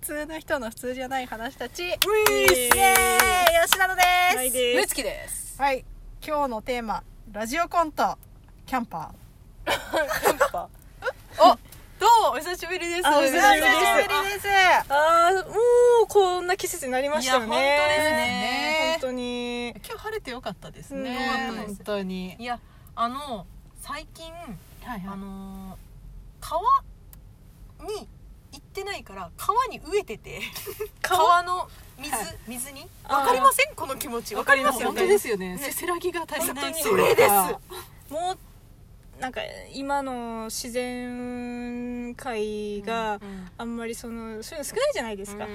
通の人の普通じゃない話たち。イエーイイエ吉田のではいす。でむすつきですはい。今日のテーマ、ラジオコント、キャンパどうもお久しぶりですあおー。久しぶりでですす。あーもうこんな季節になりましたよねいや本当に今日晴れてよかったですねねね本本当当にに。いやあの最近はいあはい。のー川に行ってないから川に飢えてて 川川の水、はい水にあーわかりませんこの気持ちわわかかりりまますすよよねねよねせせらぎが足本当にそれですあーもうなんか今の自然界があんまりそのそういうの少ないじゃないですか、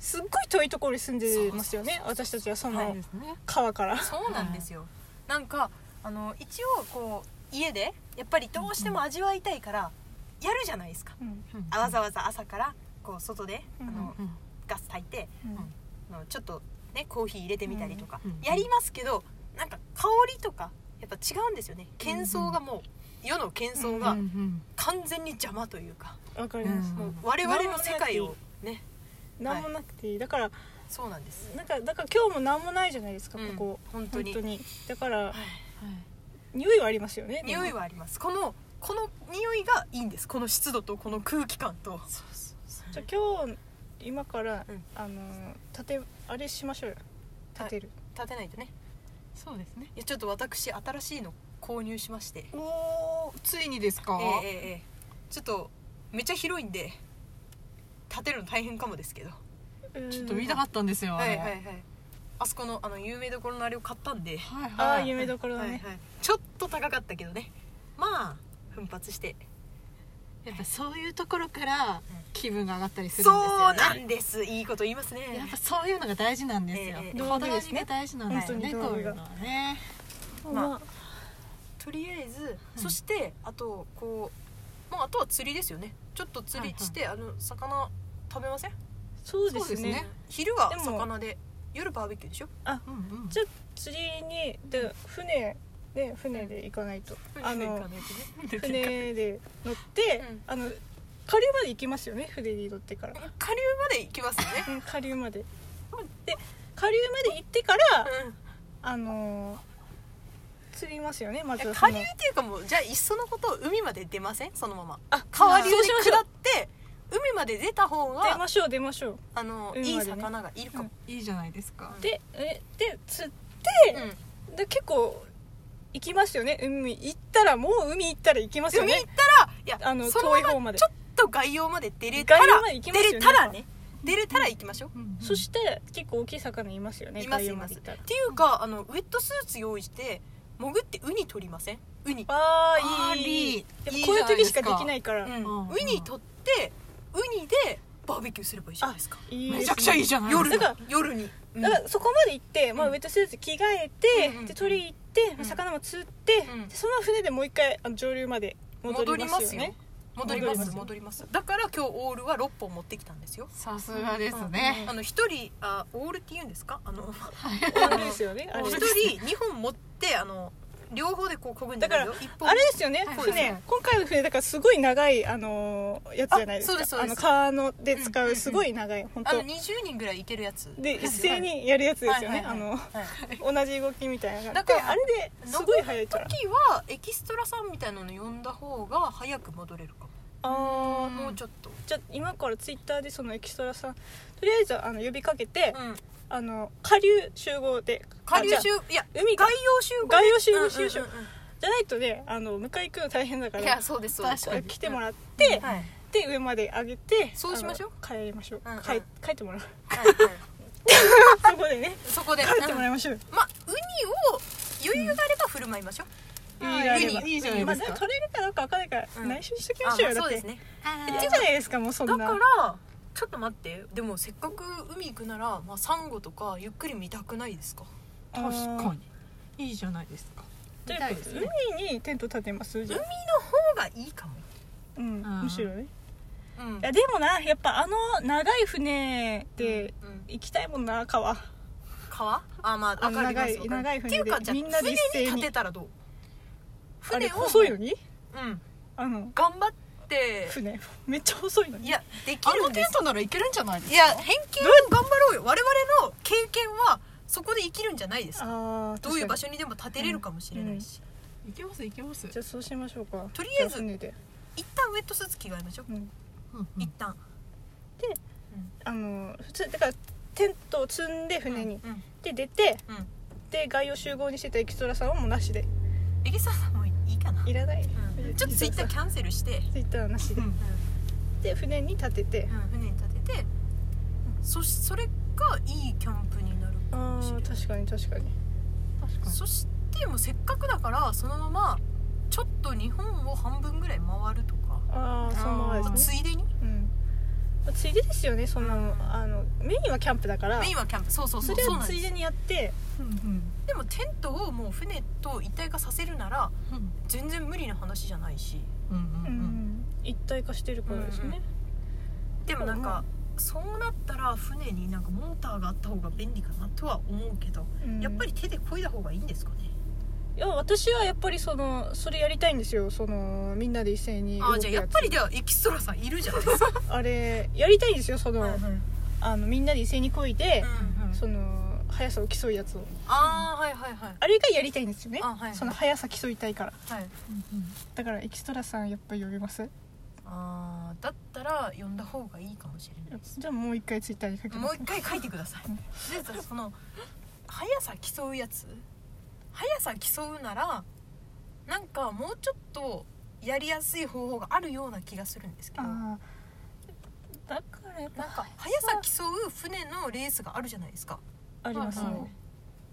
すっごい遠いところに住んでますよね私たちはそはいはそい。うでですね。川からそうなんですよ、なんかあの一応こう家でやっぱりどうしても味わいたいからやるじゃないですか、うんあわざわざ朝からこう外で、うんあのガス炊いてうんあのちょっとねコーヒー入れてみたりとか、うんうんやりますけどなんか香りとかやっぱ違うんですよね喧騒がもう世の喧騒が完全に邪魔というか、わかります。うんもう我々の世界をねなんもなくていい。だからそうなんですなんかだから今日もなんもないじゃないですかこうんこ。本当に本当に。だからはい匂いはありますよね。でも匂いはありますこのこの匂いがいいんですこの湿度とこの空気感とじゃあ今日今から、うんあの立てあれしましょうよ立てる、立てないとねそうですねいやちょっと私新しいの購入しましておおついにですかええええええちょっとめっちゃ広いんで立てるの大変かもですけどちょっと見たかったんですよあはいれはいはいあそこのあの有名どころのあれを買ったんで、はいあはあい夢どころだはいはいね、、ちょっと高かったけどねまあ奮発してやっぱそういうところから気分が上がったりするんですそようねなんですいいこと言いますやっねぱそういうのが大事なんですよええええこだわりが大事なんですよね本こ当うにいうのはねまあとりあえず、うんそしてあとこうもうあとは釣りですよねちょっと釣りして、あの魚食べませんそうでそうですすねね昼はでも魚で夜バーベキューでしょうんうんじゃあ釣りにで船で船で行かないと、あの船で乗って、うんあの下流まで行きますよね船に乗ってから、下流まで行きます よねうん、下流までで下流まで行ってから、うんあのー釣りますよねまずえは下そ流のっていうかもうじゃあいっそのこと海まで出ませんそのままあ川流でそうしましょ下うって海まで出た方出がましょう出ましょうあの海いいまでね魚がいるかも、いいじゃないですかでえで釣って、うんで結構行きますよね海行ったらもう海行ったら行きますよ海行ねったらいやあのそのま遠い方ままでちょっと外洋まで出れたら外洋まで行きますよね出れたらね出れたら行きましょう、そして結構大きい魚いますよねいま外すい洋ますでっ行ったらていうかあのウェットスーツ用意して潜ってウニ取りませんウニ、ああーいいいいいいりやっぱこういう時しかいいじできゃないですかないからうんうんウニ取ってウニでバーベキューすればいいじゃないですかいいですねめちゃくちゃいいじゃない夜だにから夜に、うんだからそこまで行って、まあ、うウんェットスーツ着替えて、うんうんで取り行って、うん魚も釣って、うんでその船でもう一回あの上流まで戻りますよね戻り戻ますります戻りますだから今日オールは6本持ってきたんですよさすがですうねんあの一人あオールって言うんですかあの終わりですよねあれ一戻り人2本持ってあの両方でこうこぐんじゃないよ一本あれですよね、はい船はい今回の船だからすごい長い、あのーやつじゃないですかあそうですそうですの川ので使うんうんううんすごい長い、本あの当20人ぐらいいけるやつで一斉はいにやるやつですよね、はいはいはいあの同じ動きみたいなのがあってだからあれですごい早いから時はエキストラさんみたいなの呼んだ方が早く戻れるかも、あもうーちょっと、じゃあ今からツイッターでそのエキストラさんとりあえずあの呼びかけて、うん、あの下流集合で下流あじ集ゃいやあ海が外洋集合外洋集合しましょううんうんうんじゃないとねあの迎え行くの大変だかうんいらやそうですそうです確かに来てもらって、はい、はいで上まで上げてそうしましょうあの帰りましょう、うんうん帰帰っても らうはいそこでねそこで帰ってもらいましょうよまあウニを余裕があれば振る舞いましょう、いいらればウニいいじゃないですまかあ、取れるかどうか分かんないから、うん内緒にしときあましょうよまだあそってうですね言ってじゃないですかもうそんだなからちょっと待ってでもせっかく海行くなら、まあ、サンゴとかゆっくり見たくないですか確にかにいいじゃないですかということで海にテント立てますじゃあ方がいいかも、うん、うんむしろねうんいやでもなやっぱあの長い船でうん、行きたいもんな川川あまああ分のかりま長すい長い船わかりますっていうでかじゃあみんなで一船に斉立にてたらどうあれ船を細いのにうんあの頑張っって船 めっちゃ細いのいにやできあのるんテでンすトならいけるんじゃないですいかや偏見を頑張ろうよ我々の経験はそこで生きるんじゃないですかああどういう場所所にでも立てれるかもしれないし、いけますいけますじゃあそうしましょうかとりあえずじゃ船で、一旦ウェットスーツ着替えましょうう、ん、うん一旦あの普通だからテントを積んで船に、うんうんで出て、うんで概要集合にしてたエキストラさんはもうなしでエリサさんもいいかな、いらないうんちょっとツイッターキャンセルして、ツイッターはなしで、うんで船に立ててう、ん船に立ててそしそれがいいキャンプになるあかもしれあない確かに確かに確かにそしてもうせっかくだからそのままちょっと日本を半分ぐらい回るとか、ああそのままですつねいでにうんまあついでですよねそんなのあのメインはキャンプだからメインはキャンプそうそうそそうれそうをなんつでいすでにやってうんでもテントをもう船と一体化させるならうん全然無理な話じゃないしうんううんうんん一体化してるからですね、でもなんかそうなったら船になんかモーターがあった方が便利かなとは思うけど、うんやっぱり手で漕いだ方がいいんですかねいや私はやっぱりそのそれやりたいんですよそのみんなで一斉に動くあーじゃあやっぱりではエキストラさんいるじゃないですか、あれやりたいんですよその,、うんうんあのみんなで一斉にこいで、うんその速さを競うやつをああはいはいはいあれがやりたいんですよねあはいその速さ競いたいからはいだからエキストラさんやっぱり呼びますあーだったら呼んだ方がいいかもしれないですじゃあもう一回ツイッターに書きもまうす一回書いてくださいでその速さ競うやつ速さ競うならなんかもうちょっとやりやすい方法があるような気がするんですけどなんああだからやっぱか速さ競う船のレースがあるじゃないですかありますね、はいはい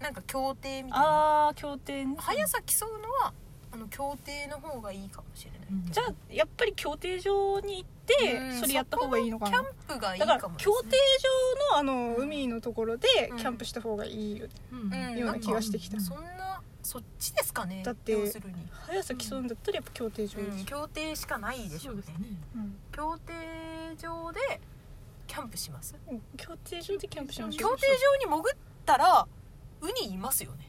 なんか競艇みたいなああ協定ね速さ競うのはあの競艇の方がいいかもしれない、うんじゃあやっぱり競艇場に行って、うんそれやった方がいいのかなそこのキャンプがいいだかかもら競艇場のあのうん海のところでうんキャンプした方がいいよ、うんうんような気がしてきたそんなそっちですかねだって要するに、速さ競うんだったらやっぱ競艇場でうん、しょ、競艇しかないでしそょううねですねうん競艇場でキャンプしますうん競艇場でキャンプしましょ競う艇場に潜ったらウニいますよね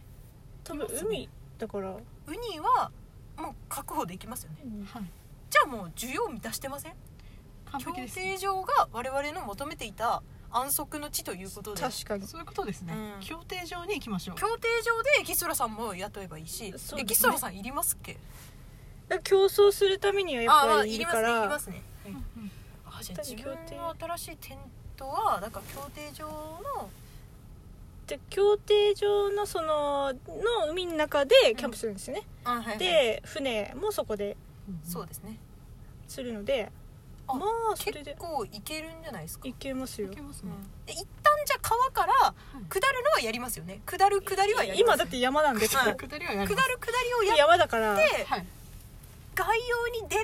多分海だから、ウニはもう確保できますよねはいじゃあもう需要満たしてません完競璧です艇場が我々の求めていた安息の地ということで競確かにそういうことですねうん競艇場に行きましょう艇場でエキストラさんも雇えばいいし、そうですねエキストラさんいりますっけだから競争するためにはやっあぱありいいりるますねかいりらますねうんうんあじゃあだって自競分艇の新しいテントはなんか競艇場ので競艇場のそのの海の中でキャンプするんですよね、あはいはいで船もそこでうんそうですねするのであまあそれ結で構いけるんじゃないですかいけますよいけますねで一旦じゃあ川から下るのはやりますよね下る下りはやり今ますだって山なんでこはこい下りはや下りるます下りをやっ山だからてはい概要に出ない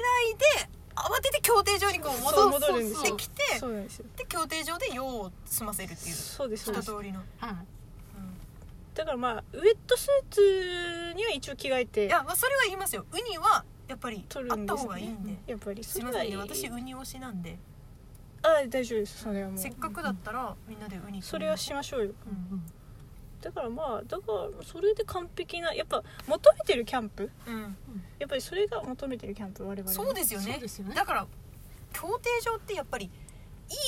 で慌てて競艇場にこうそう戻っ戻るんですそうてよきてそうなんですよで競艇場で用を済ませるっていうそうですそう一です通りの、はいうんだからまあウェットスーツには一応着替えていや、まあ、それは言いますよウニはやっぱりあ取るっんですねた方がいいんで。やっぱりすそいれまはせいんいね私ウニ推しなんであ大丈夫ですそれはもうせっかくだったらみんなでウニそれはしましょうようんうんだからまあだからそれで完璧なやっぱ求めてるキャンプうんやっぱりそれが求めてるキャンプ我々のそうですよねそうですよねだから競艇場ってやっぱりい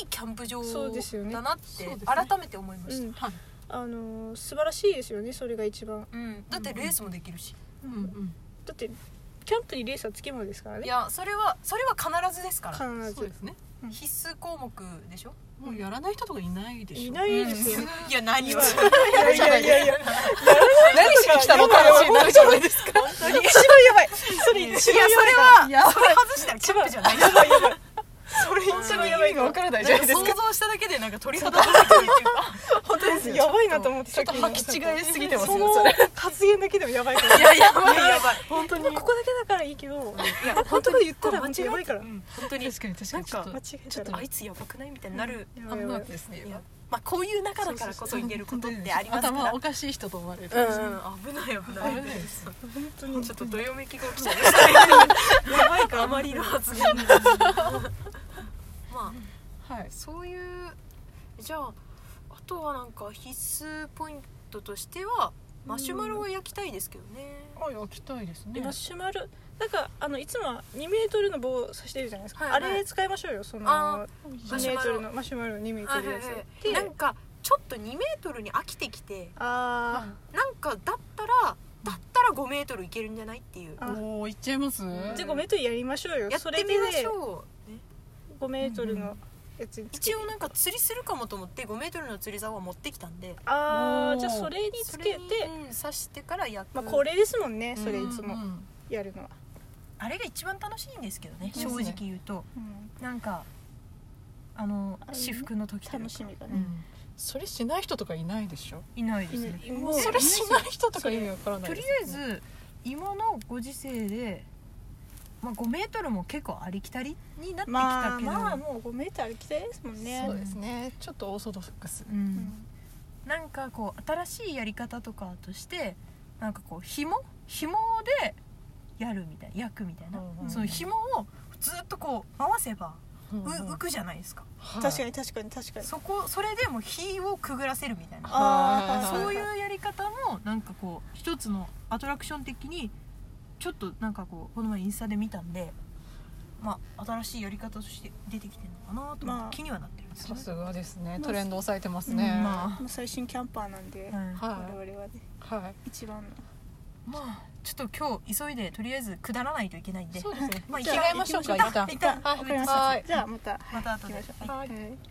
いキャンプ場そうですよねだなっそうですてね改めて思いまうしたんはいあのー素晴らしいですよねそれが一番うんだってレースもできるしうんうんだってキャンプにレースはつきものですからいねやそれはそれは必ずですか必らそうずですね必須項目でしょもうやらない人とかいないでしょいないですよいや何をいやいやいやいや何しに来たのって話になるじゃないですか一番やばいそれいや一それ番ややばばいはいそれ外したらキャンプじゃないそれ一番やばい意味がわからないじゃなんないかです想か像しただけでなんか鳥肌立ってくるっていうか本当ですやばいなと思ってちょっとさっ履きき違のえすぎてますそねのそれ発言だけでもやばいからいややばいやばい本当にここだけだからいいけどいや本当に言ったら間違間え違いからうん本当に確かに確かにちょっと間違えたらあいつやばくないみたいになるやあばいやばないですねいやまあこういう中だからこそ言えることってありますから頭おかしい人と思われるうんうん危ない危ない危ないです本当にちょっとどよめきが起きちゃいました やばいかあまりの 発言がまあはいそういうじゃああとはなんか必須ポイントとしてはマシュマロは焼きたいですけどねあ焼きたいですねマシュマロなんかあのいつもは2メートルの棒を刺してるじゃないですか、はいはいあれ使いましょうよそのあ2マシュメマーロトルのマシュマロ2メートルのやつ、でなんかちょっと2メートルに飽きてきてあなんかだったらだったら5メートルいけるんじゃないっていうあおお行っちゃいますあんじゃあ5メートルやりましょうよやっそてれでみましょう、ね5メートルのやつにつけて一応なんか釣りするかもと思って5メートルの釣り竿は持ってきたんであおーーじゃあそれにつけてそれにうん刺してから焼く、まあこれですもんねうんそれいつうもんやるのは、あれが一番楽しいんですけどねです正ね直言うとなんかあのあれね私服の時というか楽しみがうね、んそれしない人とかいないでしょいないです犬ねもうそれしない人とか意味わからないとでりすあえよねず今のご時世で、まあ、5メートルも結構ありきたりになってきまたあけど、まあもう5メートル歩きたいですもんねそうですねちょっとオーソドックスうんうんなんかこう新しいやり方とかとしてなんかこう紐紐でやるみたいな焼くみたいな、うんその紐をずっとこう回せばうう、んうん浮くじゃないですかはい確かに確かに確かにそこそれでも火をくぐらせるみたいなああそういううやり方もなんかこう一つのアトラクション的にちょっとなんかこうこの前インスタで見たんでまあ新しいやり方として出てきてるのかなと思まっあて気にはなってるんですけさどすがですねトレンド抑えてますね、うんまもう最新キャンパーなんで、あ、うんは我い々はねは一番のまあちょっと今日急いでとりあえず下らないといけないんいでそうですねまあ着替えましょうか一旦一旦はいわかりましはたいじゃあまたまた後で行きましょうはいはい